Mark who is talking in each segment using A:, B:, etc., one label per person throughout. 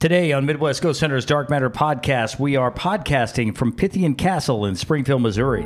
A: Today on Midwest Ghost Center's Dark Matter podcast, we are podcasting from Pythian Castle in Springfield, Missouri.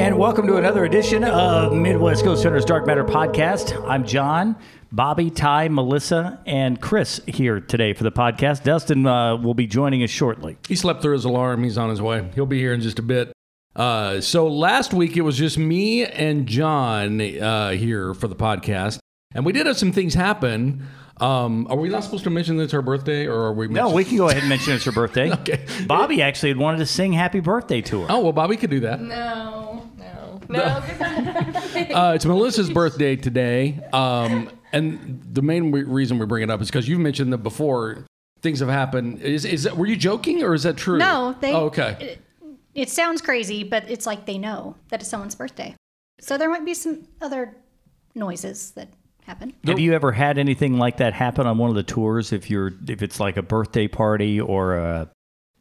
A: And welcome to another edition of Midwest Ghost Center's Dark Matter podcast. I'm John, Bobby, Ty, Melissa, and Chris here today for the podcast. Dustin uh, will be joining us shortly.
B: He slept through his alarm. He's on his way. He'll be here in just a bit. Uh, so last week it was just me and John uh, here for the podcast, and we did have some things happen. Um, are we not supposed to mention that it's her birthday, or are we?
A: No,
B: mentioning-
A: Oh, we can go ahead and mention it's her birthday.
B: Okay.
A: Bobby actually had wanted to sing happy birthday to her.
B: Oh well, Bobby could do that.
C: No, no, no.
B: Uh, it's Melissa's birthday today, um, and the main re- reason we bring it up is because you've mentioned that before. Things have happened. Is is that, were you joking or is that true?
D: No, they.
B: Oh, okay.
D: It, it sounds crazy, but it's like they know that it's someone's birthday. So there might be some other noises that happen.
A: Have you ever had anything like that happen on one of the tours? If you're, if it's like a birthday party or a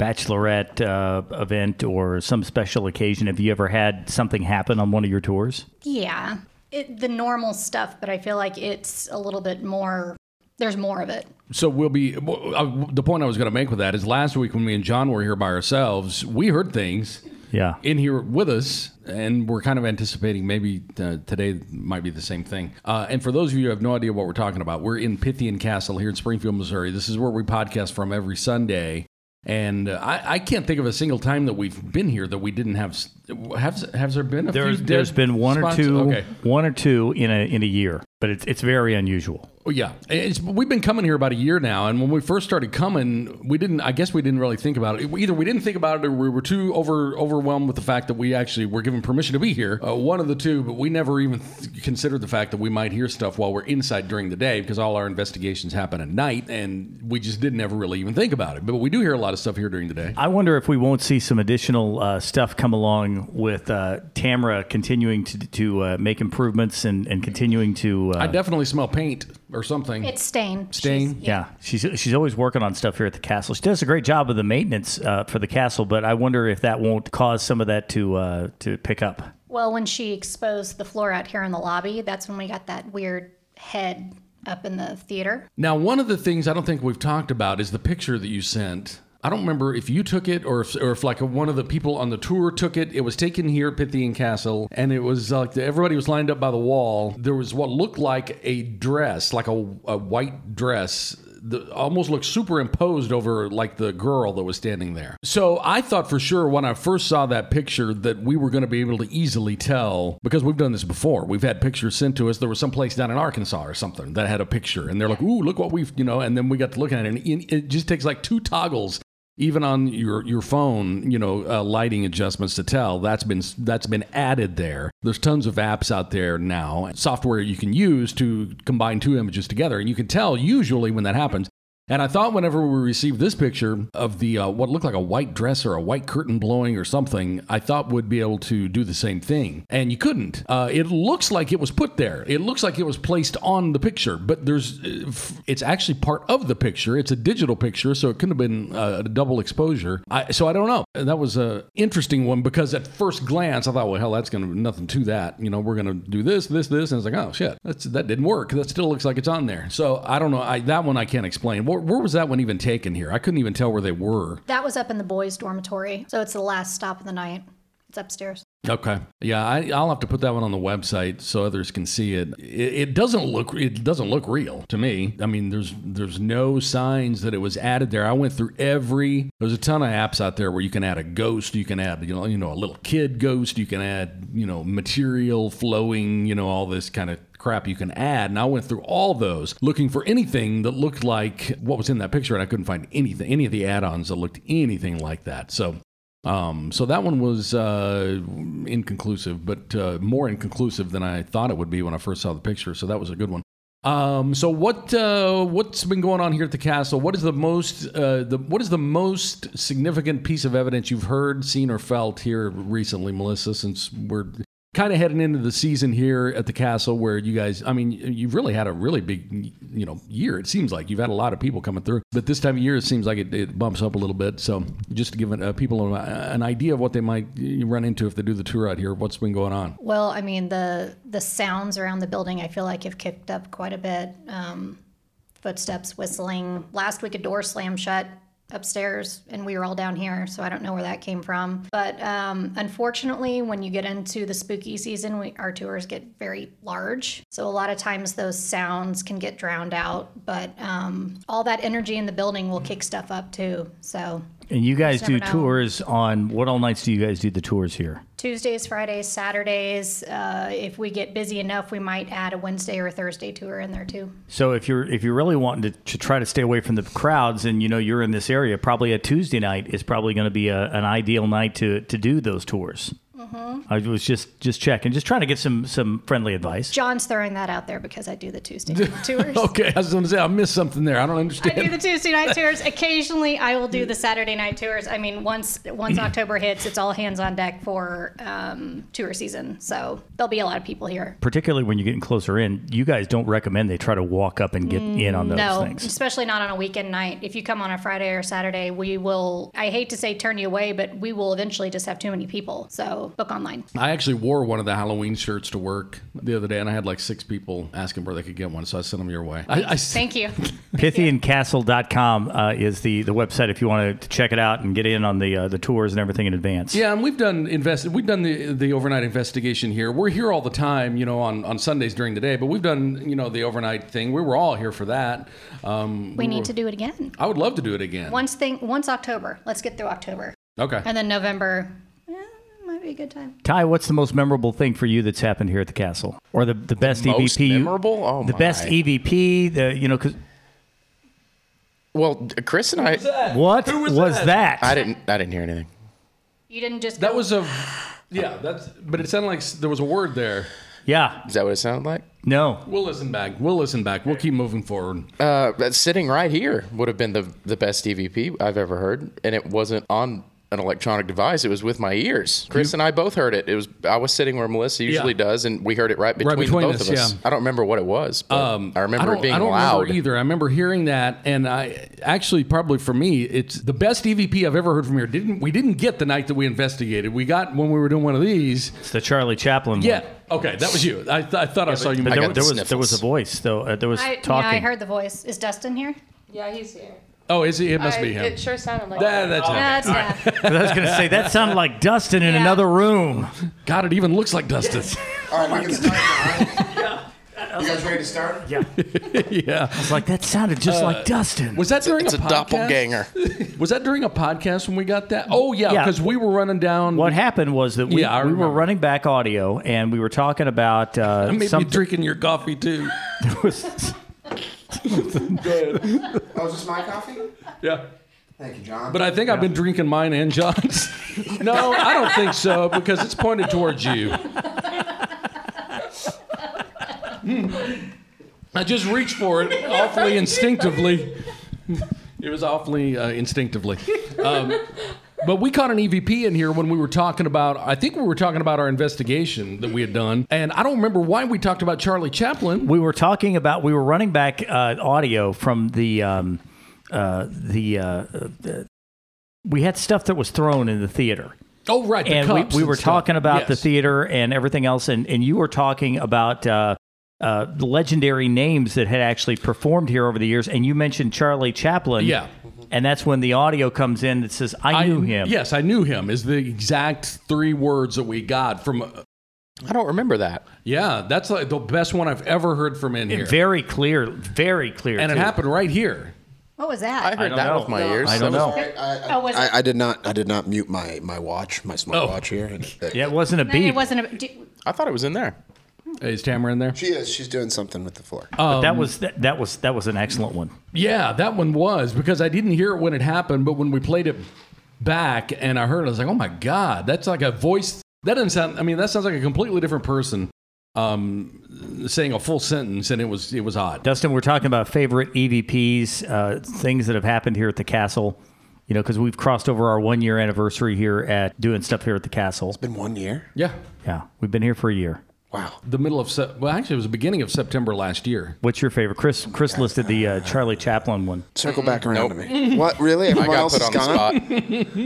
A: bachelorette uh, event or some special occasion, have you ever had something happen on one of your tours?
D: Yeah, it, the normal stuff, but I feel like it's a little bit more. There's more of it.
B: So we'll be. well, uh, The point I was going to make with that is last week when me and John were here by ourselves, we heard things
A: Yeah.
B: in here with us, and we're kind of anticipating maybe uh, today might be the same thing. Uh, and for those of you who have no idea what we're talking about, we're in Pythian Castle here in Springfield, Missouri. This is where we podcast from every Sunday. And uh, I, I can't think of a single time that we've been here that we didn't have. s- Have has there been a
A: There's
B: few?
A: there's
B: dead
A: been one
B: spots?
A: or two,
B: Okay.
A: one or two in a in a year, but it's it's very unusual.
B: Well, Oh, yeah, it's, we've been coming here about a year now, and when we first started coming, we didn't. I guess we didn't really think about it. Either we didn't think about it, or we were too over overwhelmed with the fact that we actually were given permission to be here. Uh, one of the two, but we never even th- considered the fact that we might hear stuff while we're inside during the day because all our investigations happen at night, and we just didn't ever really even think about it. But we do hear a lot of stuff here during the day.
A: I wonder if we won't see some additional uh, stuff come along with uh, Tamra continuing to to uh, make improvements and, and continuing to. Uh,
B: I definitely smell paint or something.
D: It's stain.
B: Stain?
D: She's-
A: Yeah, she's she's always working on stuff here at the castle. She does a great job of the maintenance uh, for the castle, but I wonder if that won't cause some of that to uh, to pick up.
D: Well, when she exposed the floor out here in the lobby, that's when we got that weird head up in the theater.
B: Now, one of the things I don't think we've talked about is the picture that you sent. I don't remember if you took it or if, or if like one of the people on the tour took it. It was taken here at Pythian Castle, and it was like the, everybody was lined up by the wall. There was what looked like a dress, like a, a white dress. The, almost looked superimposed over like the girl that was standing there. So I thought for sure when I first saw that picture that we were going to be able to easily tell because we've done this before. We've had pictures sent to us. There was some place down in Arkansas or something that had a picture, and they're like, "Ooh, look what we've," you know. And then we got to look at it, and it it just takes like two toggles, even on your your phone, you know, uh, lighting adjustments to tell. That's been that's been added there. There's tons of apps out there now, software you can use to combine two images together, and you can tell usually when that happens. And I thought whenever we received this picture of the uh, what looked like a white dress or a white curtain blowing or something, I thought would be able to do the same thing, and you couldn't. Uh, it looks like it was put there. It looks like it was placed on the picture, but there's uh, f- it's actually part of the picture. It's a digital picture, so it couldn't have been uh, a double exposure. I, so I don't know. That was a interesting one because at first glance I thought, well, hell, that's gonna nothing to that. You know, we're gonna do this, this, this, and it's like, oh shit, that's that didn't work. That still looks like it's on there. So I don't know. I, that one I can't explain. Where, where was that one even taken here? I couldn't even tell where they were.
D: That was up in the boys' dormitory. So it's the last stop of the night. It's upstairs.
B: Okay. Yeah, I, I'll have to put that one on the website so others can see it. it. It doesn't look it doesn't look real to me. I mean, there's there's no signs that it was added there. I went through every. There's a ton of apps out there where you can add a ghost, you can add you know you know a little kid ghost, you can add you know material flowing, you know all this kind of crap you can add. And I went through all those looking for anything that looked like what was in that picture, and I couldn't find anything any of the add-ons that looked anything like that. So um, so that one was uh, inconclusive, but uh, more inconclusive than I thought it would be when I first saw the picture. So that was a good one. Um, so what uh, what's been going on here at the castle? What is the most uh, the what is the most significant piece of evidence you've heard, seen, or felt here recently, Melissa? Since we're kind of heading into the season here at the castle where you guys i mean you've really had a really big you know year it seems like you've had a lot of people coming through but this time of year it seems like it, it bumps up a little bit so just to give uh, people an, an idea of what they might run into if they do the tour out here what's been going on
D: Well, I mean the the sounds around the building I feel like have kicked up quite a bit. Um, footsteps, whistling. Last week a door slammed shut upstairs, and we were all down here, so I don't know where that came from. But um, unfortunately, when you get into the spooky season, we, our tours get very large, so a lot of times those sounds can get drowned out. But um, all that energy in the building will kick stuff up too. So
A: And you guys do
D: never know.
A: tours on what all nights do you guys do the tours here?
D: Tuesdays, Fridays, Saturdays. Uh, if we get busy enough, we might add a Wednesday or a Thursday tour in there too.
A: So if you're if you're really wanting to, to try to stay away from the crowds and you know you're in this area, probably a Tuesday night is probably going to be a, an ideal night to to do those tours.
D: Mm-hmm.
A: I was just just checking, just trying to get some some friendly advice.
D: John's throwing that out there because I do the Tuesday night tours.
B: okay i was going to say i missed something there i don't
D: I
B: understand
D: do the Tuesday night tours. Occasionally, I will do the Saturday night tours. I mean, once once October hits, it's all hands on deck for um, tour season. So there'll be a lot of people here.
A: Particularly when you're getting closer in, you guys don't recommend they try to walk up and get in on those
D: Mm, No,
A: things.
D: especially not on a weekend night. If you come on a Friday or Saturday, we will. I hate to say turn you away, but we will eventually just have too many people. So book online.
B: I actually wore one of the Halloween shirts to work the other day, and I had like six people asking where they could get one, so I sent them your way. I, I s-
D: Thank you.
A: Pythiancastle.com uh, is the the website if you want to check it out and get in on the uh, the tours and everything in advance.
B: Yeah, and we've done invest. We've done the the overnight investigation here. We're here all the time, you know, on, on Sundays during the day. But we've done, you know, the overnight thing. We were all here for that. Um,
D: We need to do it again.
B: I would love to do it again.
D: Once thing, once October. Let's get through October,
B: Okay.
D: and then November eh, might be a good time.
A: Ty, what's the most memorable thing for you that's happened here at the castle, or the, the best
E: most
A: EVP? you-
E: memorable? Oh,
A: the best
E: my.
A: EVP. The you know 'cause-
E: Well, Chris and I,
A: what was, that?
E: I didn't, I didn't hear anything.
D: You didn't just
B: That
D: go-
B: was a. Yeah, that's. But it sounded like s- there was a word there.
A: Yeah,
E: Is that what it sounded like?
A: no.
B: We'll listen back. We'll listen back. We'll keep moving forward.
E: Uh, that sitting right here would have been the the best EVP I've ever heard, and it wasn't on an electronic device. It was with my ears. Chris and I both heard it. It was I was sitting where Melissa usually does, and we heard it right between, the
B: between
E: both
B: us,
E: of us.
B: yeah. Um,
E: I don't remember what it was. But I remember
B: I
E: it
B: don't,
E: being
B: I don't
E: loud.
B: remember either. I remember hearing that, and I actually probably for me, it's the best EVP I've ever heard from here. Didn't we didn't get the night that we investigated? We got when we were doing one of these.
A: It's the Charlie Chaplin.
B: Yeah.
A: one.
B: Okay, that was you. I, th- I thought I saw you.
A: but
E: I
A: there,
E: got
A: there
E: the
A: was there was a
E: sniffles.
A: voice though. Uh, there was
D: I, yeah,
A: talking.
D: I heard the voice. Is Dustin here?
C: Yeah, he's here.
B: oh, is he? It must
C: I-
B: be him.
C: It sure sounded like
B: That-
C: that.
B: that's him.
D: That's yeah.
A: 'Cause I was gonna say that sounded like Dustin in
D: Yeah.
A: another room.
B: God, it even looks like Dustin.
F: All right, we can start now. You guys ready to start? Yeah.
A: I was like, that sounded just
E: Uh,
A: like Dustin.
B: Was that during
E: It's
B: a,
E: a
B: podcast?
E: doppelganger.
B: Was that during a podcast when we got that? Oh yeah,
A: Yeah.
B: because we were running down.
A: what happened was that we,
B: Yeah, I
A: we were
B: remember.
A: running back audio and we were talking about uh,
B: Maybe
A: some-
B: you're drinking your coffee too.
F: Oh, is this my coffee?
B: Yeah.
F: Thank you, John.
B: But I think I've been drinking mine and John's. no, I don't think so because it's pointed towards you. Hmm. I just reached for it awfully instinctively. It was awfully uh, instinctively. Um, but we caught an EVP in here when we were talking about, I think we were talking about our investigation that we had done. And I don't remember why we talked about Charlie Chaplin.
A: we were talking about we were running back uh, audio from the um, uh, the. Uh, uh, we had stuff that was thrown in the theater.
B: Oh, right. The
A: and
B: cups
A: we, we were
B: stuff.
A: talking about the
B: Yes.
A: theater and everything else, and, and you were talking about uh, uh, the legendary names that had actually performed here over the years, and you mentioned Charlie Chaplin.
B: Yeah.
A: And that's when the audio comes in that says, I, knew him.
B: Yes, I knew him is the exact three words that we got from. uh,
E: I don't remember that.
B: Yeah, that's like the best one I've ever heard from in here,
A: Very clear, very clear.
B: and it
A: too.
B: happened right here.
D: What was
E: I
D: that?
E: heard
A: don't
E: that
A: know.
E: with my
A: No,
E: ears.
A: I don't
E: That was-
A: know.
F: I, I,
D: Oh, was it?
F: I, I did not. I did not mute my my watch, my smart
B: Oh.
F: watch here. And, uh,
A: Yeah, it wasn't a
D: Maybe
A: beep.
D: it wasn't. A, do,
E: I thought it was in there.
B: Hey, Is Tamara in there?
F: She is. She's doing something with the floor.
A: but that was that, that was that was an excellent one.
B: Yeah, that one was because I didn't hear it when it happened, but when we played it back and I heard it, I was like, oh my God, that's like a voice. That doesn't sound, I mean, that sounds like a completely different person um, saying a full sentence, and it was, it was odd.
A: E Dustin, we're talking about favorite EVPs, uh, things that have happened here at the castle. you know, because we've crossed over our one year anniversary here at doing stuff here at the castle.
G: Been one year.
B: Yeah.
A: Yeah, we've been here for a year.
G: Wow.
B: The middle of Sep- well, actually, it was the beginning of September last year.
A: What's your favorite? Chris Chris listed the uh, Charlie Chaplin one.
G: Circle back around
E: Nope.
G: to me. What really?
E: I
G: Everyone
E: got
G: else
E: put
G: is
E: on the
G: gone.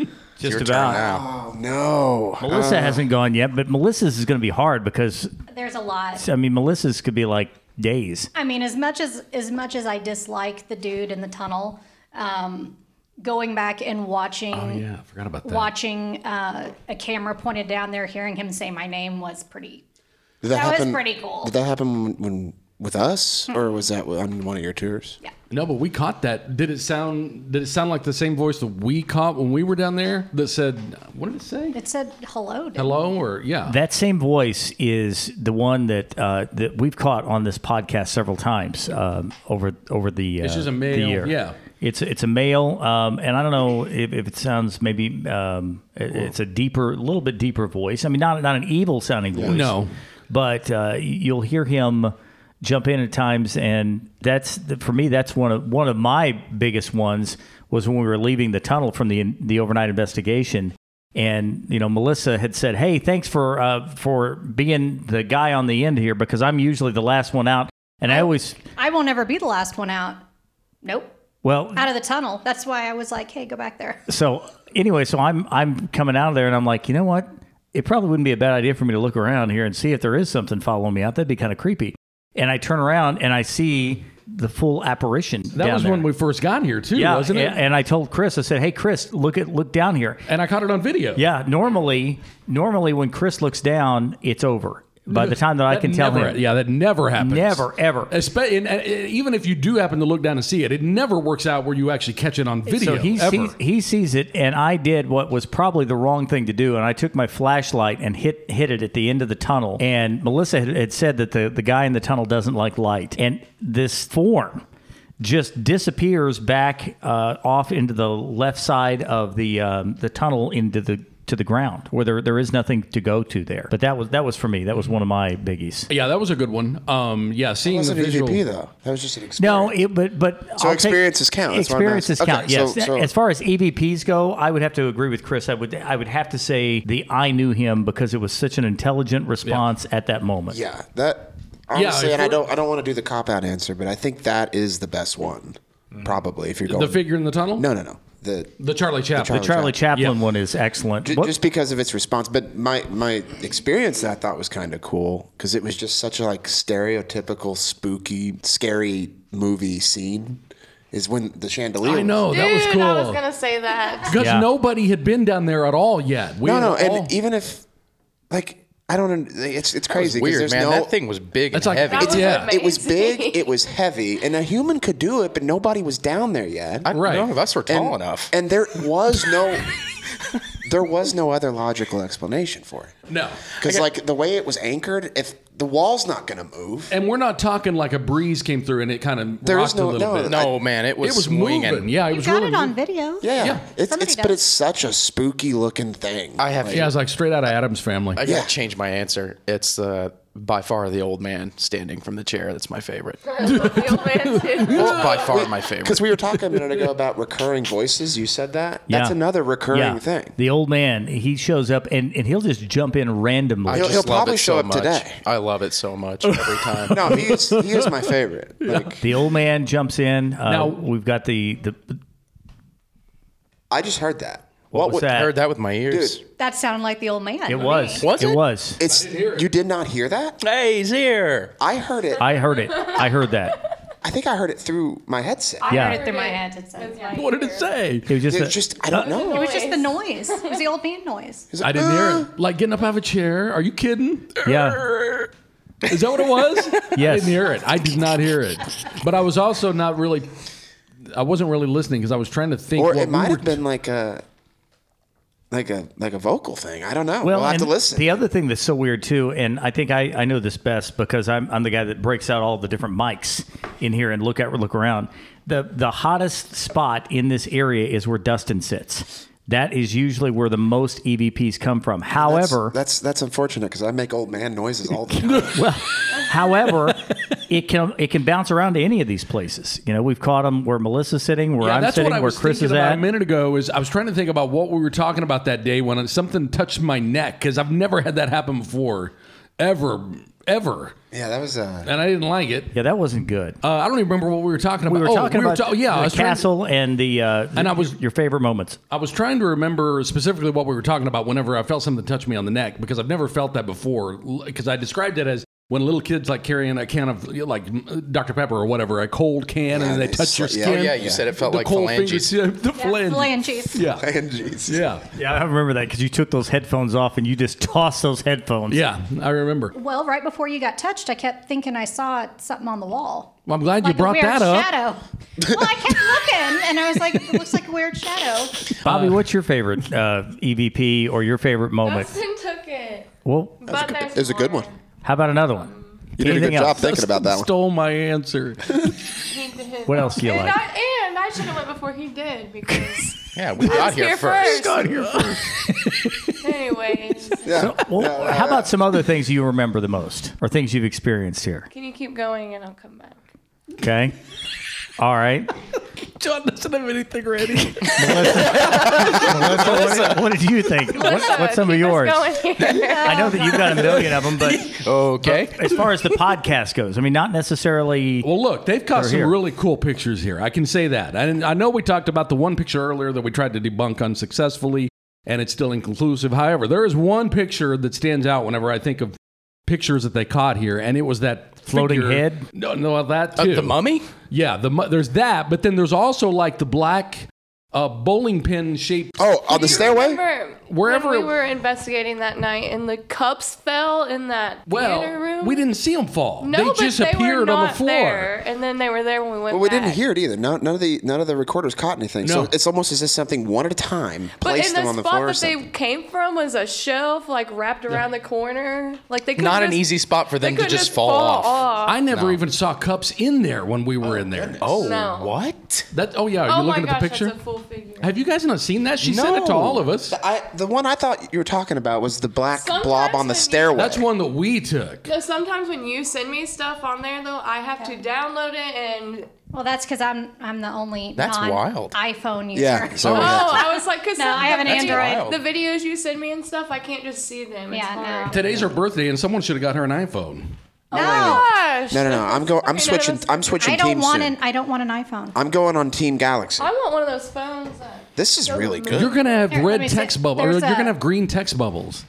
E: spot.
A: Just
E: Your turn
A: about.
E: now.
G: Oh no.
A: Melissa hasn't gone yet, but Melissa's is going to be hard because
D: There's a lot.
A: I mean Melissa's could be like days.
D: I mean, as much as as much as I dislike the dude in the tunnel, um, going back and watching
B: Yeah, I forgot about that.
D: watching uh, a camera pointed down there, hearing him say my name was pretty.
G: Did
D: That was pretty cool.
G: Did that happen when, when with us, or was that on one of your tours?
D: Yeah.
B: No, but we caught that. Did it sound? Did it sound like the same voice that we caught when we were down there? That said, what did it say?
D: It said hello. Dude.
B: Hello, or yeah,
A: That same voice is the one that uh, that we've caught on this podcast several times um, over over the. Uh,
B: It's just a
A: the
B: male,
A: year.
B: yeah.
A: It's it's a male, um, and I don't know if, if it sounds maybe um, it- it's a deeper, a little bit deeper voice. I mean, not not an evil sounding voice.
B: No.
A: but uh, you'll hear him jump in at times, and that's for me. That's one of one of my biggest ones was when we were leaving the tunnel from the the overnight investigation, and you know Melissa had said, "Hey, thanks for uh, for being the guy on the end here because I'm usually the last one out." And I always,
D: I will never be the last one out. Nope.
A: well,
D: Out of the tunnel. That's why I was like, hey, go back there.
A: so anyway, so I'm I'm coming out of there and I'm like, you know what? It probably wouldn't be a bad idea for me to look around here and see if there is something following me out. That'd be kind of creepy. And I turn around and I see the full apparition.
B: that
A: down
B: was
A: there.
B: when we first got here too,
A: yeah,
B: wasn't it?
A: And, and I told Chris, I said, "Hey, Chris, look at look down here."
B: And I caught it on video.
A: Yeah, normally, normally when Chris looks down, it's over. By the time that, I
B: That
A: can tell
B: never,
A: him,
B: Yeah, that never happens.
A: Never, ever.
B: Espe- and, uh, even if you do happen to look down and see it, it never works out where you actually catch it on video.
A: So he
B: ever.
A: sees, he sees it, and I did what was probably the wrong thing to do, and I took my flashlight and hit hit it at the end of the tunnel. And Melissa had, had said that the the guy in the tunnel doesn't like light, and this form just disappears back uh, off into the left side of the um, the tunnel into the to the ground where there, there is nothing to go to there. But that was that was for me. That was one of my biggies.
B: yeah, that was a good one. Um, yeah, seeing
G: That
B: the visual.
G: wasn't EVP though. That was just an experience.
A: No, it, but but
G: So
A: I'll
G: experiences count, that's what I'm
A: experiences
G: asking.
A: count.
G: Okay,
A: yes.
G: so- so-
A: As far as EVPs go, I would have to agree with Chris. I would I would have to say the I knew him because it was such an intelligent response at that moment.
G: Yeah, that
B: Yeah,
G: honestly,
B: if
G: and I
B: we're-
G: don't, I don't want to do the cop out answer, but I think that is the best one, probably. If you're going,
B: The figure in the tunnel?
G: no, no, no, the
B: The Charlie Chaplin.
A: Charlie
G: Charlie
A: Chaplin
B: Yeah.
A: one is excellent.
G: Ju-
A: What-
G: just because of its response. But my my experience that I thought was kind of cool because it was just such a like stereotypical spooky, scary movie scene. Is when the chandelier.
B: I know, that was
C: Dude,
B: cool.
C: I was gonna say that.
B: Because
A: Yeah.
B: nobody had been down there at all yet. We
G: No,
B: had
G: no, and
E: Oh.
G: e-
B: all-
G: even if like I don't, un-
E: That
G: it's it's
E: was
G: crazy. 'cause
E: weird,
G: there's
E: man.
G: No,
E: that thing was big
B: That's
E: and
B: like-
E: heavy.
C: That was
B: Yeah.
C: amazing.
G: It was big. It was heavy, and a human could do it, but nobody was down there yet.
E: I-
B: Right.
E: None of us were tall enough.
G: And there was no, there was no other logical explanation for it.
B: no.
G: Because like the way it was anchored, if the wall's not going to move,
B: And we're not talking like a breeze came through and it kind of
G: There is
B: rocked a
G: no-
B: little
G: no,
B: bit.
E: no, man, it was,
B: it was
E: swinging.
B: moving. Yeah, it
D: You
B: was
D: got
B: really
D: it on
B: moving.
D: video.
G: yeah,
B: Yeah.
G: it's,
D: Somebody
G: it's but
D: does.
G: it's such a spooky looking thing.
E: I have.
B: Yeah, it was like straight out of Adam's family.
E: I gotta
G: Yeah.
E: change my answer. It's uh, by far the old man standing from the chair. That's my favorite. It's
C: The old man, too.
E: by far my favorite.
G: because we were talking a minute ago about recurring voices. You said that. That's
A: Yeah.
G: another recurring
A: Yeah.
G: thing.
A: The old man, he shows up and, and he'll just jump in randomly.
E: I
G: He'll-
E: just
G: he'll
E: love
G: probably
E: it
G: show
E: so
G: up
E: much.
G: today.
E: I love it so much every time.
G: No, he is he is my favorite. Like
A: the old man jumps in. Uh,
B: Now-
A: we've got the the
G: I just heard that.
A: what, was
G: would-
E: I
A: that?
E: heard that with my ears.
G: Dude.
D: That sounded like the old man.
A: It was.
E: Was
A: it
E: it?
A: was.
G: It's you did not hear that.
E: Hey, he's here.
G: I heard it. I,
A: I heard it. I heard that.
G: think I heard it through my headset.
D: I
A: Yeah.
D: heard it through my head. It sounded like-
B: What did it say?
A: It was just,
G: It
A: a-
G: was just I don't know.
D: It was just the noise. It was the old man noise.
B: I didn't hear it. Like getting up out of a chair. Are you kidding?
A: yeah.
B: Is that what it was? I
A: Yes.
B: didn't hear it. I did not hear it. But I was also not really. I wasn't really listening because I was trying to think.
G: or
B: what
G: it
B: we
G: might
B: were-
G: have been like a like a like a vocal thing. I don't know. We'll,
A: Well,
G: have
A: and
G: to listen.
A: The other thing that's so weird too, and I think I, I know this best because I'm, I'm the guy that breaks out all the different mics in here and look at look around. The the hottest spot in this area is where Dustin sits. That is usually where the most EVPs come from.
G: That's-
A: However,
G: that's that's, unfortunate because I make old man noises all the time.
A: well, however, it can it can bounce around to any of these places. You know, we've caught them where Melissa's sitting, where
B: Yeah,
A: I'm
B: that's
A: sitting,
B: what I
A: where
B: was
A: Chris
B: thinking
A: is
B: about
A: at.
B: a minute ago. Is I was trying to think about what we were talking about that day when something touched my neck because I've never had that happen before, ever, ever,
G: Yeah, that was uh,
B: and I didn't like it.
A: Yeah, that wasn't good.
B: Uh, I don't even remember what we were talking about.
A: we were
B: oh,
A: talking
B: we were
A: about
B: ta- yeah, I
A: the
B: was trying to-
A: castle and the uh,
B: And I
A: your-
B: was-
A: your favorite moments.
B: I was trying to remember specifically what we were talking about whenever I felt something touch me on the neck because I've never felt that before. Because I described it as when little kids like carrying a can of you know, like mm, Dr Pepper or whatever, a cold can,
G: Yeah,
B: and they
G: they
B: touch your
G: sli- yeah.
B: skin.
G: Oh,
E: yeah, you said it felt
B: the
E: like
B: cold
E: phalanges.
B: fingers, yeah, the phalanges.
D: Phalanges.
B: Yeah,
G: Angies.
B: yeah,
A: Yeah, I remember that because you took those headphones off and you just tossed those headphones.
B: yeah. I remember.
D: Well, right before you got touched, I kept thinking I saw something on the wall.
B: Well, I'm glad
D: Like
B: you brought
D: a weird
B: that up.
D: shadow. Well, I kept looking and I was like, it looks like a weird shadow.
A: Bobby, what's your favorite uh, EVP or your favorite moment?
C: Austin took it.
A: Well,
C: But there's
G: it was a good
C: more.
G: one.
A: how about another one?
G: You did a
A: Anything
G: good job
A: else?
G: thinking about that one.
B: Stole my answer.
A: What else do you
C: And
A: like?
C: I, and I should have went before he did because.
E: Yeah, we got
C: was
E: here
C: here
E: first.
C: first. Anyways,
G: Yeah.
A: Well,
G: No, no,
A: how
G: no.
A: about some other things you remember the most or things you've experienced here?
C: can you keep going and I'll come back?
A: Okay. All right.
B: John doesn't have anything ready.
A: Melissa, what, what did you think? What,
C: Melissa,
A: what's some of
C: keep
A: yours?
C: us going here.
A: I know that you've got a million of them, but
E: Okay.
A: as far as the podcast goes, I mean, not necessarily.
B: Well, look, they've caught
A: They're
B: some
A: here.
B: really cool pictures here. I can say that. And I know we talked about the one picture earlier that we tried to debunk unsuccessfully, and it's still inconclusive. However, there is one picture that stands out whenever I think of pictures that they caught here, and it was that
A: Floating
B: figure-
A: head?
B: No, no, that
E: Uh,
B: too.
E: the mummy?
B: yeah, the mu- there's that, but then there's also like the black uh, bowling pin shaped.
G: Oh, on the stairway?
C: Remember
B: Wherever
C: when
B: it-
C: we were investigating that night and the cups fell in that theater
B: well,
C: room.
B: we didn't see them fall.
C: No,
B: they
C: but
B: just
C: they
B: appeared
C: were not
B: on the floor.
C: There, and then they were there when we went.
G: Well, we didn't
C: back.
G: hear it either. No, none of the none of the recorders caught anything.
B: No.
G: So it's almost as if something one at a time
C: But
G: placed
C: in
G: them
C: the
G: on the
C: spot
G: floor. or
C: that they
G: something.
C: came from was a shelf, like wrapped around the corner. Like they could
E: Not an
C: just-
E: easy spot for
C: they
E: them to
C: could
E: just fall off.
B: I never even saw cups in there when we were in there.
E: Oh,
C: No.
E: what?
B: That oh yeah, are
C: Oh
B: you
C: my
B: looking
C: gosh,
B: at the picture?
C: that's a full figure.
B: Have you guys not seen that? She sent it to
E: No.
B: all of us.
G: The, I, the one I thought you were talking about was the black
C: Sometimes
G: blob on
C: when you-
G: the stairway.
B: That's one that we took.
C: So sometimes when you send me stuff on there, though, I have to download it and
D: Well, that's because I'm I'm the only
E: That's
D: non-
E: wild.
D: iPhone user.
G: Yeah, so-
C: oh,
G: Oh,
C: I was like, because
D: No, I have an Android.
E: wild.
C: The videos you send me and stuff, I can't just see them. It's
D: Yeah, no.
C: hard.
B: Today's her birthday, and someone should have got her an iPhone.
D: No,
C: Gosh.
G: no, no, no. I'm go. I'm
C: Okay, none of
G: switching.
C: us-
G: I'm switching
D: I don't
G: teams
D: want
G: soon.
D: an I don't want an iPhone.
G: I'm going on Team Galaxy.
C: I want one of those phones. That,
G: This is really good.
B: You're gonna have
D: Here, let
B: red
D: me see.
B: text bubbles, or you're
D: There's a-
B: gonna have green text bubbles.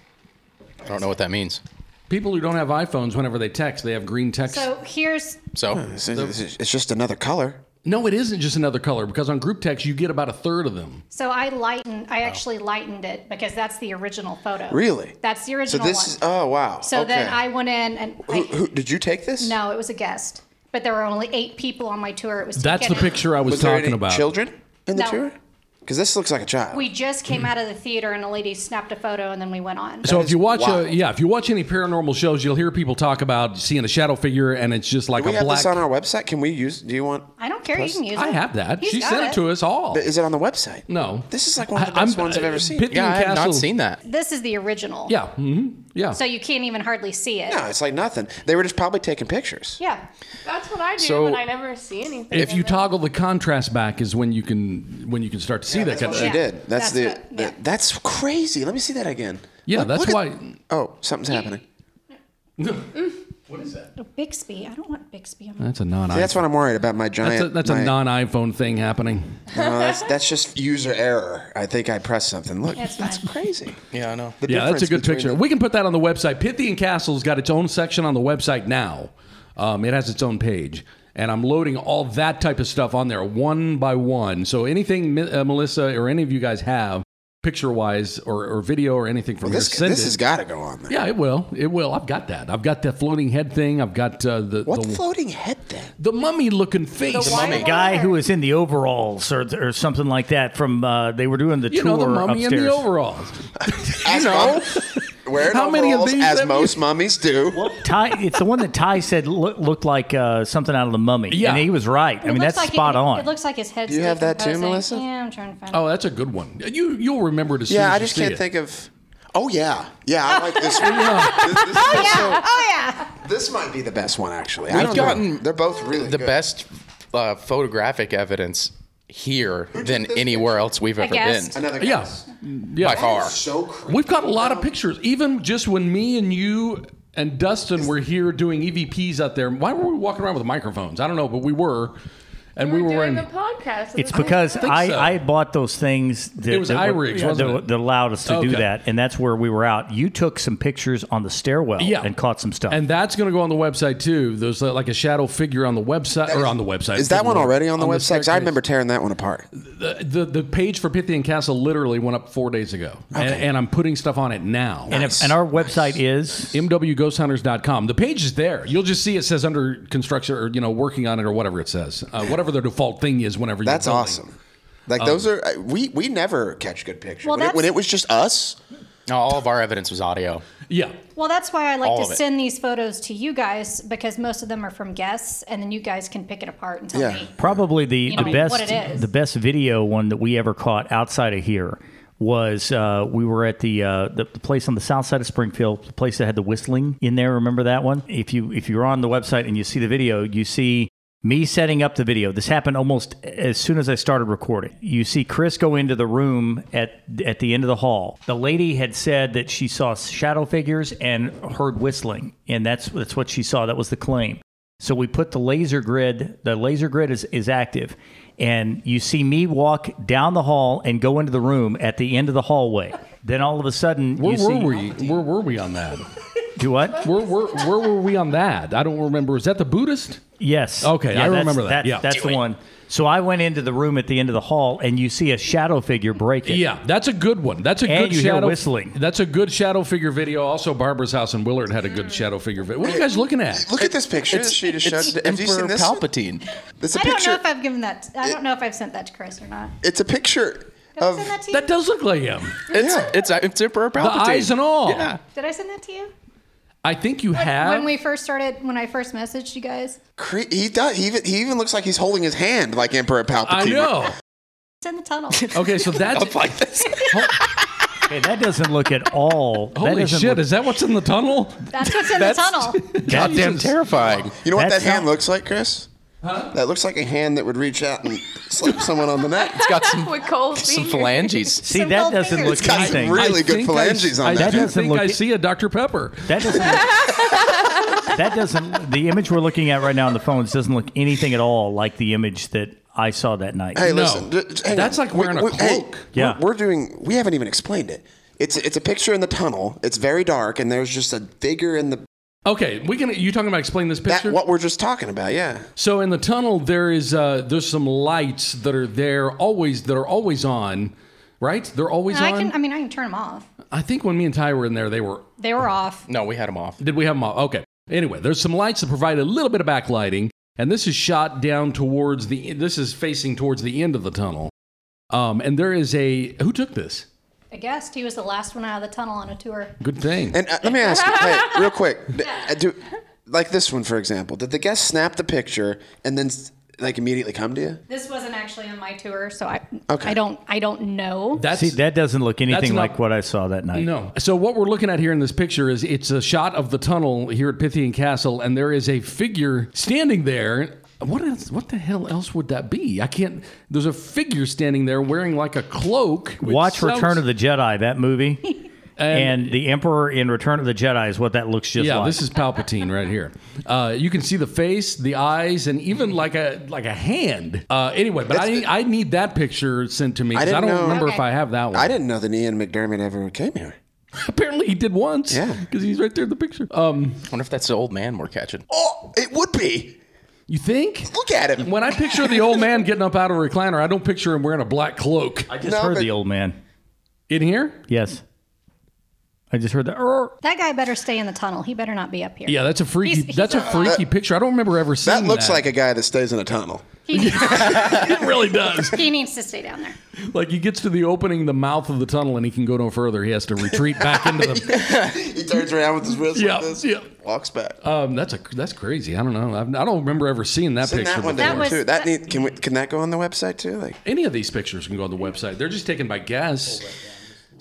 E: I don't know what that means.
B: People who don't have iPhones, whenever they text, they have green text.
D: So here's
E: So,
G: It's, it's- it's just another color.
B: no, it isn't just another color because on group text you get about a third of them.
D: so I lightened I actually lightened it because that's the original photo.
G: Really?
D: That's the
G: So
D: original
G: this
D: one.
G: is. Oh wow.
D: so
G: okay.
D: then I went in and I,
G: Who, who, did you take this?
D: no, it was a guest, but there were only eight people on my tour. It was
B: That's the
D: taken-
B: picture I was,
G: Was there
B: talking
G: any
B: about.
G: children in the
D: No.
G: tour? Because this looks like a child.
D: We just came out of the theater and a lady snapped a photo and then we went on.
B: So if you watch, uh
G: wild.
B: yeah, if you watch any paranormal shows, you'll hear people talk about seeing a shadow figure, and it's just like
G: Do we
B: a
G: have
B: black.
G: this on our website. Can we use? Do you want?
D: I don't care. You can use it.
B: I have that.
D: He's
B: she
D: got
B: sent it.
D: it.
B: to us all.
G: Is it on the website?
B: No,
G: This is like one of the
B: I-
G: best
B: I'm- uh,
G: ones I've ever seen.
B: Pitt-
E: yeah, I have
B: Castle-
E: not seen that.
D: This is the original.
B: Yeah. hmm Yeah.
D: So you can't even hardly see it.
G: No, it's like nothing. They were just probably taking pictures.
D: Yeah.
C: that's what I do,
E: So-
C: but I never see anything.
B: if you toggle the contrast back is when you can when you can start to see that
G: That's
B: kind
G: what
B: of
G: she
D: Yeah.
B: thing.
G: did.
D: That's
G: That's, the,
D: what- yeah.
G: the- That's crazy. Let me see that again.
B: Yeah,
G: Look-
B: that's
G: look at-
B: why
G: oh, something's happening.
D: Oh, Bixby. I don't want Bixby. I'm
B: that's a non
G: That's what I'm worried about. My
B: that's a,
G: giant.
B: that's
G: my-
B: a non iPhone thing happening.
G: no, that's, that's just user error. I think I pressed something. Look, that's,
D: That's fine.
G: crazy.
E: Yeah, I know.
G: The
B: Yeah, that's a
G: difference
B: good
G: between
B: picture.
G: the-
B: We can put that on the website. Pythian Castle's got its own section on the website now. Um, it has its own page, and I'm loading all that type of stuff on there one by one. So anything Mi- uh, Melissa or any of you guys have picture wise or, or video or anything from
G: this
B: here, send
G: this
B: it.
G: has got to go on there.
B: yeah, it will. It will. I've got that. I've got the floating head thing. I've got uh, the
G: What
B: the,
G: floating head thing?
B: The mummy looking face.
C: The mummy.
A: guy who was in the overalls or, or something like that from uh, they were doing the
B: You
A: tour
B: know, the mummy
A: upstairs.
B: in the overalls.
G: Asmo. Wearing
B: How many of
G: overalls,
B: these have
G: as
B: you-
G: most mummies do.
A: Ty, it's the one that Ty said look, looked like uh, something out of the mummy.
B: Yeah.
A: and he was right. I mean, that's
D: like
A: spot
D: it,
A: on.
D: It looks like his head's
G: Do you have that too,
D: decomposing.
G: Melissa?
D: Yeah, I'm trying to find
B: Oh, that's a good one. You, you'll remember to see
G: yeah, I just can't
B: it.
G: think of. Oh yeah, yeah. I like this one. this, this-
D: Oh yeah.
G: this might be the best one actually. I
E: We've
G: don't know.
E: gotten
G: They're both really
E: the
G: good.
E: best uh, photographic evidence here than
G: this
E: anywhere else we've ever
D: guess.
E: been
G: Another
B: Yeah.
G: guess.
B: Yeah.
E: by far.
G: So crazy.
B: We've got a lot of pictures. Even just when me and you and Dustin were here doing EVPs out there, why were we walking around with microphones? I don't know, but we were. And we
C: We're
B: were wearing.
C: doing the podcast. at
A: It's
C: the same
A: because
C: time.
B: think
A: I,
B: so.
A: I bought those things. That,
B: It was
A: that were-
B: iRigs,
A: yeah,
B: wasn't
A: that,
B: it?
A: that allowed us to do
B: Okay.
A: that, and that's where we were out. You took some pictures on the stairwell
B: Yeah.
A: and caught some stuff.
B: And that's going to go on the website too. There's uh, like a shadow figure on the website or on the website.
G: Is that one already on the website? 'Cause I
B: staircase.
G: remember tearing that one apart.
B: the, the the page for Pythian Castle literally went up four days ago, and, and I'm putting stuff on it now.
A: and, if, and our website is
B: MWGhostHunters.com. The page is there. You'll just see it says under construction or you know working on it or whatever it says, uh, whatever the default thing is. Whenever you're
G: That's
B: building.
G: awesome. Like those are I- we we never catch good pictures.
D: Well,
G: when, it, when
D: that's-
G: it was just us,
E: No, all of our evidence was audio.
B: Yeah,
D: Well, that's why I like
E: All
D: to
E: of it.
D: send these photos to you guys because most of them are from guests, and then you guys can pick it apart and tell
G: Yeah.
D: me.
A: probably the, the
D: You know, what it
A: best
D: is.
A: the best video one that we ever caught outside of here was uh, we were at the, uh, the the place on the south side of Springfield, the place that had the whistling in there. Remember that one? If you if you're on the website and you see the video, you see me setting up the video. This happened almost as soon as I started recording. You see Chris go into the room at at the end of the hall. The lady had said that she saw shadow figures and heard whistling, and that's that's what she saw. That was the claim. So we put the laser grid, the laser grid is, is active. And you see me walk down the hall and go into the room at the end of the hallway. Then all of a sudden,
B: where
A: you
B: were
A: see,
B: we? Where were we on that?
A: Do what?
B: Where, where where were we on that? I don't remember. Was that the Buddhist?
A: Yes.
B: Okay, I
A: that's-
B: remember that.
A: That's,
B: Yeah.
A: that's
B: Do
A: the one. So I went into the room at the end of the hall, and you see a shadow figure break it.
B: Yeah, that's a good one. That's a
A: And
B: good
A: you hear
B: shadow
A: whistling.
B: That's a good shadow figure video. Also, Barbara's house in Willard had a good shadow figure video. What are you guys looking at?
G: look at this picture. that she just showed. Have you seen
E: Emperor
G: this? one?
E: Palpatine.
G: It's a
D: I don't
G: picture.
D: know if I've given that. I don't know if I've sent that to Chris or not.
G: it's a picture
D: Did I
G: of
D: send that to you?
B: That does look like him.
E: It's, it's uh, it's Emperor
B: The
E: Palpatine.
B: eyes and all.
E: Yeah.
D: Did I send that to you?
B: I think you have.
D: When we first started, when I first messaged you guys,
G: cre- he does. He even, he even looks like he's holding his hand like Emperor Palpatine.
B: I know.
D: it's in the tunnel.
B: Okay, so that's
E: Up like this.
A: Okay, that doesn't look at all. that
B: holy
A: doesn't
B: shit.
A: Look,
B: Is that what's in the tunnel?
D: That's what's in the
B: That's-
D: tunnel.
E: Goddamn terrifying.
G: You know what
A: That's
G: that hand
A: not-
G: looks like, Chris? Huh? That looks like a hand that would reach out and slap someone on the neck.
E: It's got some
C: with cold
E: some
C: fingers.
E: phalanges.
A: see,
D: Some
A: that
D: gold
A: doesn't
D: fingers.
A: look
D: It's
G: got
A: anything.
G: really-
B: I
G: good
B: think I-
G: phalanges on
B: I
G: that
B: do
A: doesn't
B: think
A: look-
B: I see a Dr. Pepper.
A: That doesn't. Look, that doesn't. The image we're looking at right now on the phones doesn't look anything at all like the image that I saw that night.
G: Hey,
B: No.
G: listen. d- d- hang
B: That's
G: on.
B: like wearing a
G: hey,
B: cloak.
A: Yeah.
G: We're, we're doing. We haven't even explained it. It's it's a picture in the tunnel. It's very dark, and there's just a figure in the
B: Okay, we can. You talking about explain this
G: that
B: picture?
G: what we're just talking about. Yeah.
B: So in the tunnel, there is uh, there's some lights that are there always that are always on, right? They're always
D: I
B: on.
D: can. I mean, I can turn them off.
B: I think when me and Ty were in there, they were.
D: They were off.
E: No, we had him off.
B: Did we have them off? Okay. Anyway, there's some lights that provide a little bit of backlighting, and this is shot down towards the. This is facing towards the end of the tunnel, um, and there is a. Who took this?
D: I guessed he was the last one out of the tunnel on a tour.
B: Good thing.
G: And uh, let me ask you, hey, real quick. d- uh, Do, like this one, for example. Did the guest snap the picture and then s- like immediately come to you?
D: This wasn't actually on my tour, so I.
G: Okay.
D: I don't. I don't know.
B: that's
A: See, that doesn't look anything
B: not-
A: like what I saw that night.
B: No. So what we're looking at here in this picture is it's a shot of the tunnel here at Pythian Castle, and there is a figure standing there. What else? What the hell else would that be? I can't. There's a figure standing there wearing like a cloak. which
A: Watch
B: sounds-
A: Return of the Jedi, that movie. and, the Emperor in Return of the Jedi is what that looks just
B: Yeah,
A: like.
B: this is Palpatine right here. Uh, you can see the face, the eyes, and even like a like a hand. Uh, anyway, but I, I need that picture sent to me because I,
G: didn't
B: don't
G: know-
B: remember if
D: Okay.
B: I have that one.
G: I didn't know that Ian McDermott ever came here.
B: Apparently, he did once.
G: Yeah.
B: because he's right there in the picture. Um,
E: I wonder if that's the old man we're catching.
G: Oh, it would be.
B: you think?
G: Look at him.
B: When I picture the old man getting up out of a recliner, I don't picture him wearing a black cloak.
A: I just
G: No,
A: heard
G: but-
A: the old man.
B: In here?
A: Yes. I just heard the. "Arr."
D: That guy better stay in the tunnel. He better not be up here.
B: Yeah, that's a freaky.
D: He's- he's
B: that's a
D: not-
B: freaky picture. I don't remember ever seeing
G: That
B: that.
G: looks like a guy that stays in a tunnel.
D: He,
B: it really does.
D: he needs to stay down there.
B: like he gets to the opening, the mouth of the tunnel, and he can go no further. He has to retreat back into the.
G: He turns around with his wrist
B: Yeah,
G: like this,
B: yeah.
G: walks back.
E: Uh,
B: Um, that's a that's crazy. I don't know. I've, I don't remember ever seeing that
G: Send
B: picture.
G: that one
B: before.
G: down
D: That was-
G: too. That
D: that-
G: need,
E: Mm.
G: can we, can that go on the website too? Like
B: Any of these pictures can go on the website. They're just taken by guess.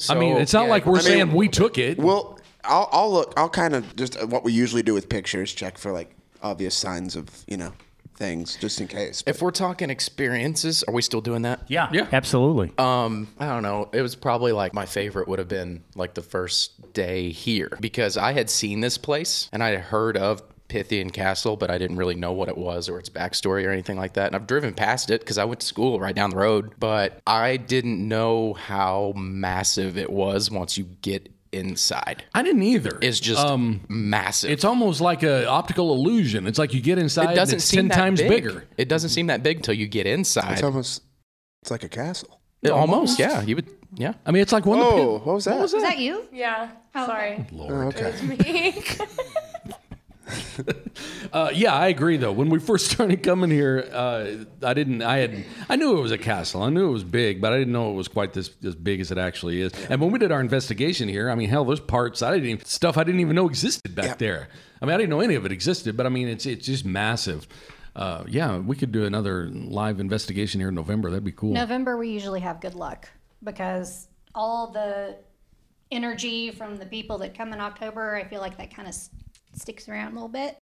B: I mean,
E: So,
B: it's not
E: yeah,
B: like we're
G: I mean,
B: saying we took it.
G: Well, I'll, I'll look. I'll kind of just uh, what we usually do with pictures, check for like obvious signs of you know things, just in case.
E: If we're talking experiences, are we still doing that?
A: Yeah,
B: Yeah. Uh,
A: absolutely.
E: I don't know. It was probably like my favorite would have been like the first day here because I had seen this place and I had heard of Pythian Castle, but I didn't really know what it was or its backstory or anything like that. And I've driven past it because I went to school right down the road, but I didn't know how massive it was once you get inside.
B: I didn't either.
E: It's just massive.
B: Um, it's almost like a optical illusion. It's like you get inside,
E: it doesn't
B: and it's
E: seem
B: ten
E: that
B: times
E: big.
B: bigger.
E: It doesn't seem that big until you get inside.
G: it's almost, it's like a castle.
E: It- almost, yeah. You would, yeah.
B: I mean, it's like one.
G: Oh,
B: Oh,
G: what was that?
D: Is that you?
C: Yeah.
D: Oh,
C: Sorry.
G: Okay.
B: uh, yeah, I agree. Though when we first started coming here, uh, I didn't. I had. I knew it was a castle. I knew it was big, but I didn't know it was quite this as big as it actually is. And when we did our investigation here, I mean, hell, there's parts I didn't even stuff I didn't even know existed back there. I mean, I didn't know any of it existed, but I mean, it's it's just massive. Uh, yeah, we could do another live investigation here in November. That'd be cool.
D: November, we usually have good luck because all the energy from the people that come in October, I feel like that kind of s- sticks around a little bit.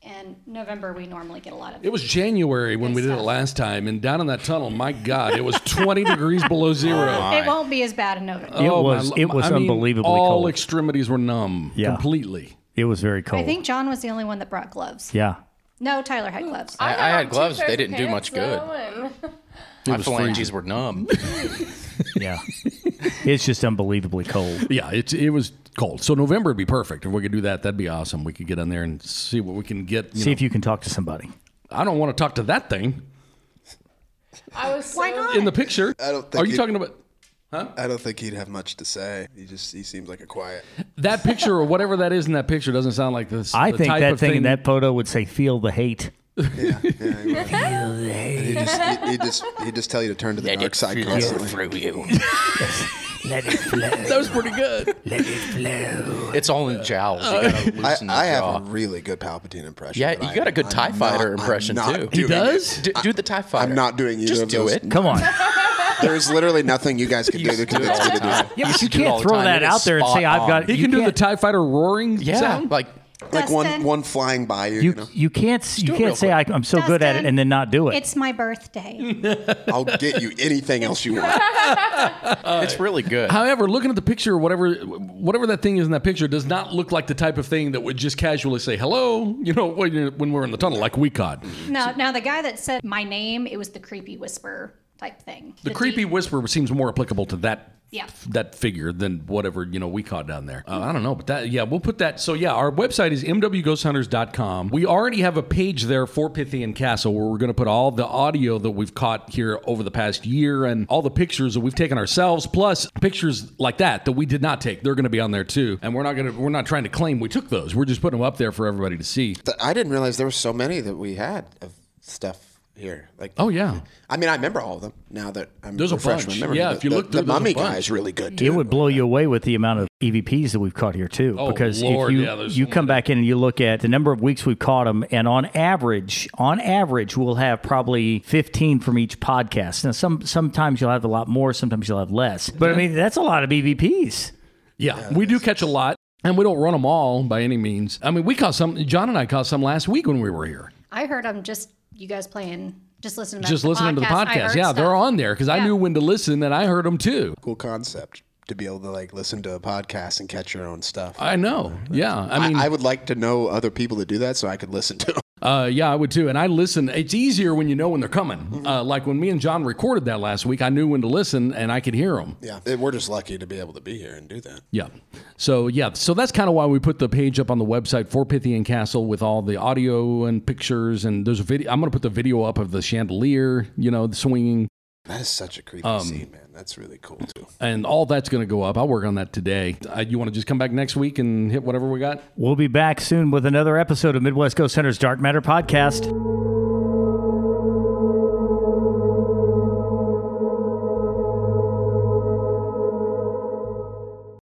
D: And November, we normally get a lot of.
B: It was January when we did it
D: stuff.
B: last time, and down in that tunnel, my God, it was 20 degrees below zero.
D: it won't be as bad in November.
A: It
B: Oh, my
A: was-
B: lo-
A: it was
B: I mean,
A: unbelievably
B: all
A: cold.
B: extremities were numb
A: Yeah.
B: completely.
A: it was very cold.
D: I think John was the only one that brought gloves.
A: yeah.
D: No, Tyler had gloves.
E: I, I had gloves. They
C: pairs of
E: didn't do
C: pants,
E: much good.
C: though, and-
E: My phalanges were numb.
A: Yeah. it's just unbelievably cold.
B: Yeah, it, it was cold. So November would be perfect. If we could do that, that'd be awesome. We could get on there and see what we can get. You
A: See
B: know,
A: if you can talk to somebody.
B: I don't want to talk to that thing
C: I was so
D: Why not?
B: in the picture. I
G: don't think
B: Are you
G: it-
B: talking about
G: I don't think he'd have much to say. He just he seems like a quiet.
B: that picture or whatever that is in that picture? Doesn't sound like this.
A: I
B: the
A: think
B: type
A: that
B: of
A: thing, in that photo would say, feel the hate.
G: He just he, he just he just tell you to turn to the dark side constantly.
E: you.
A: Let it flow.
B: That was pretty good.
A: let it flow.
E: It's all in jowls. You gotta
G: I,
E: loosen the
G: I have
E: jaw.
G: a really good Palpatine impression.
E: Yeah,
G: but
E: you
G: I-
E: got a good
G: I'm
E: TIE fighter
G: not- I'm
E: impression,
G: not
E: too. He
G: doing it.
B: does?
E: Do, do the tie fighter.
G: I'm not doing either
E: Just
G: of
E: do
G: those.
E: it.
A: Come on.
G: There's literally nothing you guys can do to
E: used to do it
G: convince
E: all
G: me
E: the
G: to do it.
E: time.
A: Yeah, but
E: Used
A: you
E: to do it
A: can't
E: all the
A: throw
E: time.
A: that
E: It is
A: out there and say,
E: spot
A: I've got-
E: on.
B: He
A: You
B: can do the
A: can't-
B: Tie Fighter roaring
E: Yeah,
B: sound.
E: like
G: Like one
D: Dustin?
G: one flying by you. You,
A: You,
G: know,
A: you can't s- you
E: it real
A: can't say I, I'm so good at it
D: Dustin,
A: and then not do it.
D: It's my birthday.
G: I'll get you anything else you want.
E: it's really good.
B: However, looking at the picture, whatever whatever that thing is in that picture, does not look like the type of thing that would just casually say hello. You know, when, you're, when we're in the tunnel, like we caught
D: no, now the guy that said my name, it was the creepy whisper type thing.
B: the creepy whisper seems more applicable to that.
D: Yeah.
B: That figure than whatever, you know, we caught down there. Uh, I don't know, but that, yeah, we'll put that. So, yeah, our website is mwghosthunters.com. We already have a page there for Pythian Castle where we're going to put all the audio that we've caught here over the past year and all the pictures that we've taken ourselves, plus pictures like that that we did not take. They're going to be on there too. And we're not going to, we're not trying to claim we took those. We're just putting them up there for everybody to see.
G: Th- I didn't realize there were so many that we had of stuff here. Like,
B: Oh, yeah.
G: I mean, I remember all of them now that I'm
B: There's a
G: refreshing
B: bunch.
G: my memory.
B: Yeah,
G: The-
B: if you
G: the-
B: look
G: the
B: through, there's a
G: mummy
B: bunch.
G: guy is really good
A: It
G: too.
A: would blow you away with the amount of EVPs that we've caught here too.
B: Oh,
A: because
B: Lord,
A: if you
B: yeah, there's
A: you
B: so
A: come back in and you look at the number of weeks we've caught them, and on average, on average, we'll have probably fifteen from each podcast. Now, some sometimes you'll have a lot more, sometimes you'll have less. But I mean, that's a lot of E EVPs.
B: Yeah, we do catch a lot, and we don't run them all by any means. I mean, we caught some. John and I caught some last week when we were here.
D: I heard I'm just you guys playing, just listening. Back
B: Just
D: to the
B: listening to the
D: podcast, and I
B: podcast.
D: heard
B: Yeah,
D: stuff.
B: they're on there because I
D: Yeah.
B: knew when to listen, and I heard them too.
G: cool concept to be able to like listen to a podcast and catch your own stuff. I,
B: I know. Yeah, I mean,
G: I, would like to know other people that do that so I could listen to them.
B: Uh, yeah, I would too. And I listen. It's easier when you know when they're
G: Mm-hmm.
B: coming. Uh, like when me and John recorded that last week, I knew when to listen and I could hear them.
G: Yeah, it- we're just lucky to be able to be here and do that.
B: Yeah. So yeah, so that's kind of why we put the page up on the website for Pythian Castle with all the audio and pictures and there's a video. I'm gonna put the video up of the chandelier, you know, the swinging.
G: That is such a creepy
B: Um,
G: scene, man. That's really cool too.
B: and all that's going to go up. I'll work on that today. Uh, you want to just come back next week and hit whatever we got?
A: We'll be back soon with another episode of Midwest Ghost Center's Dark Matter podcast.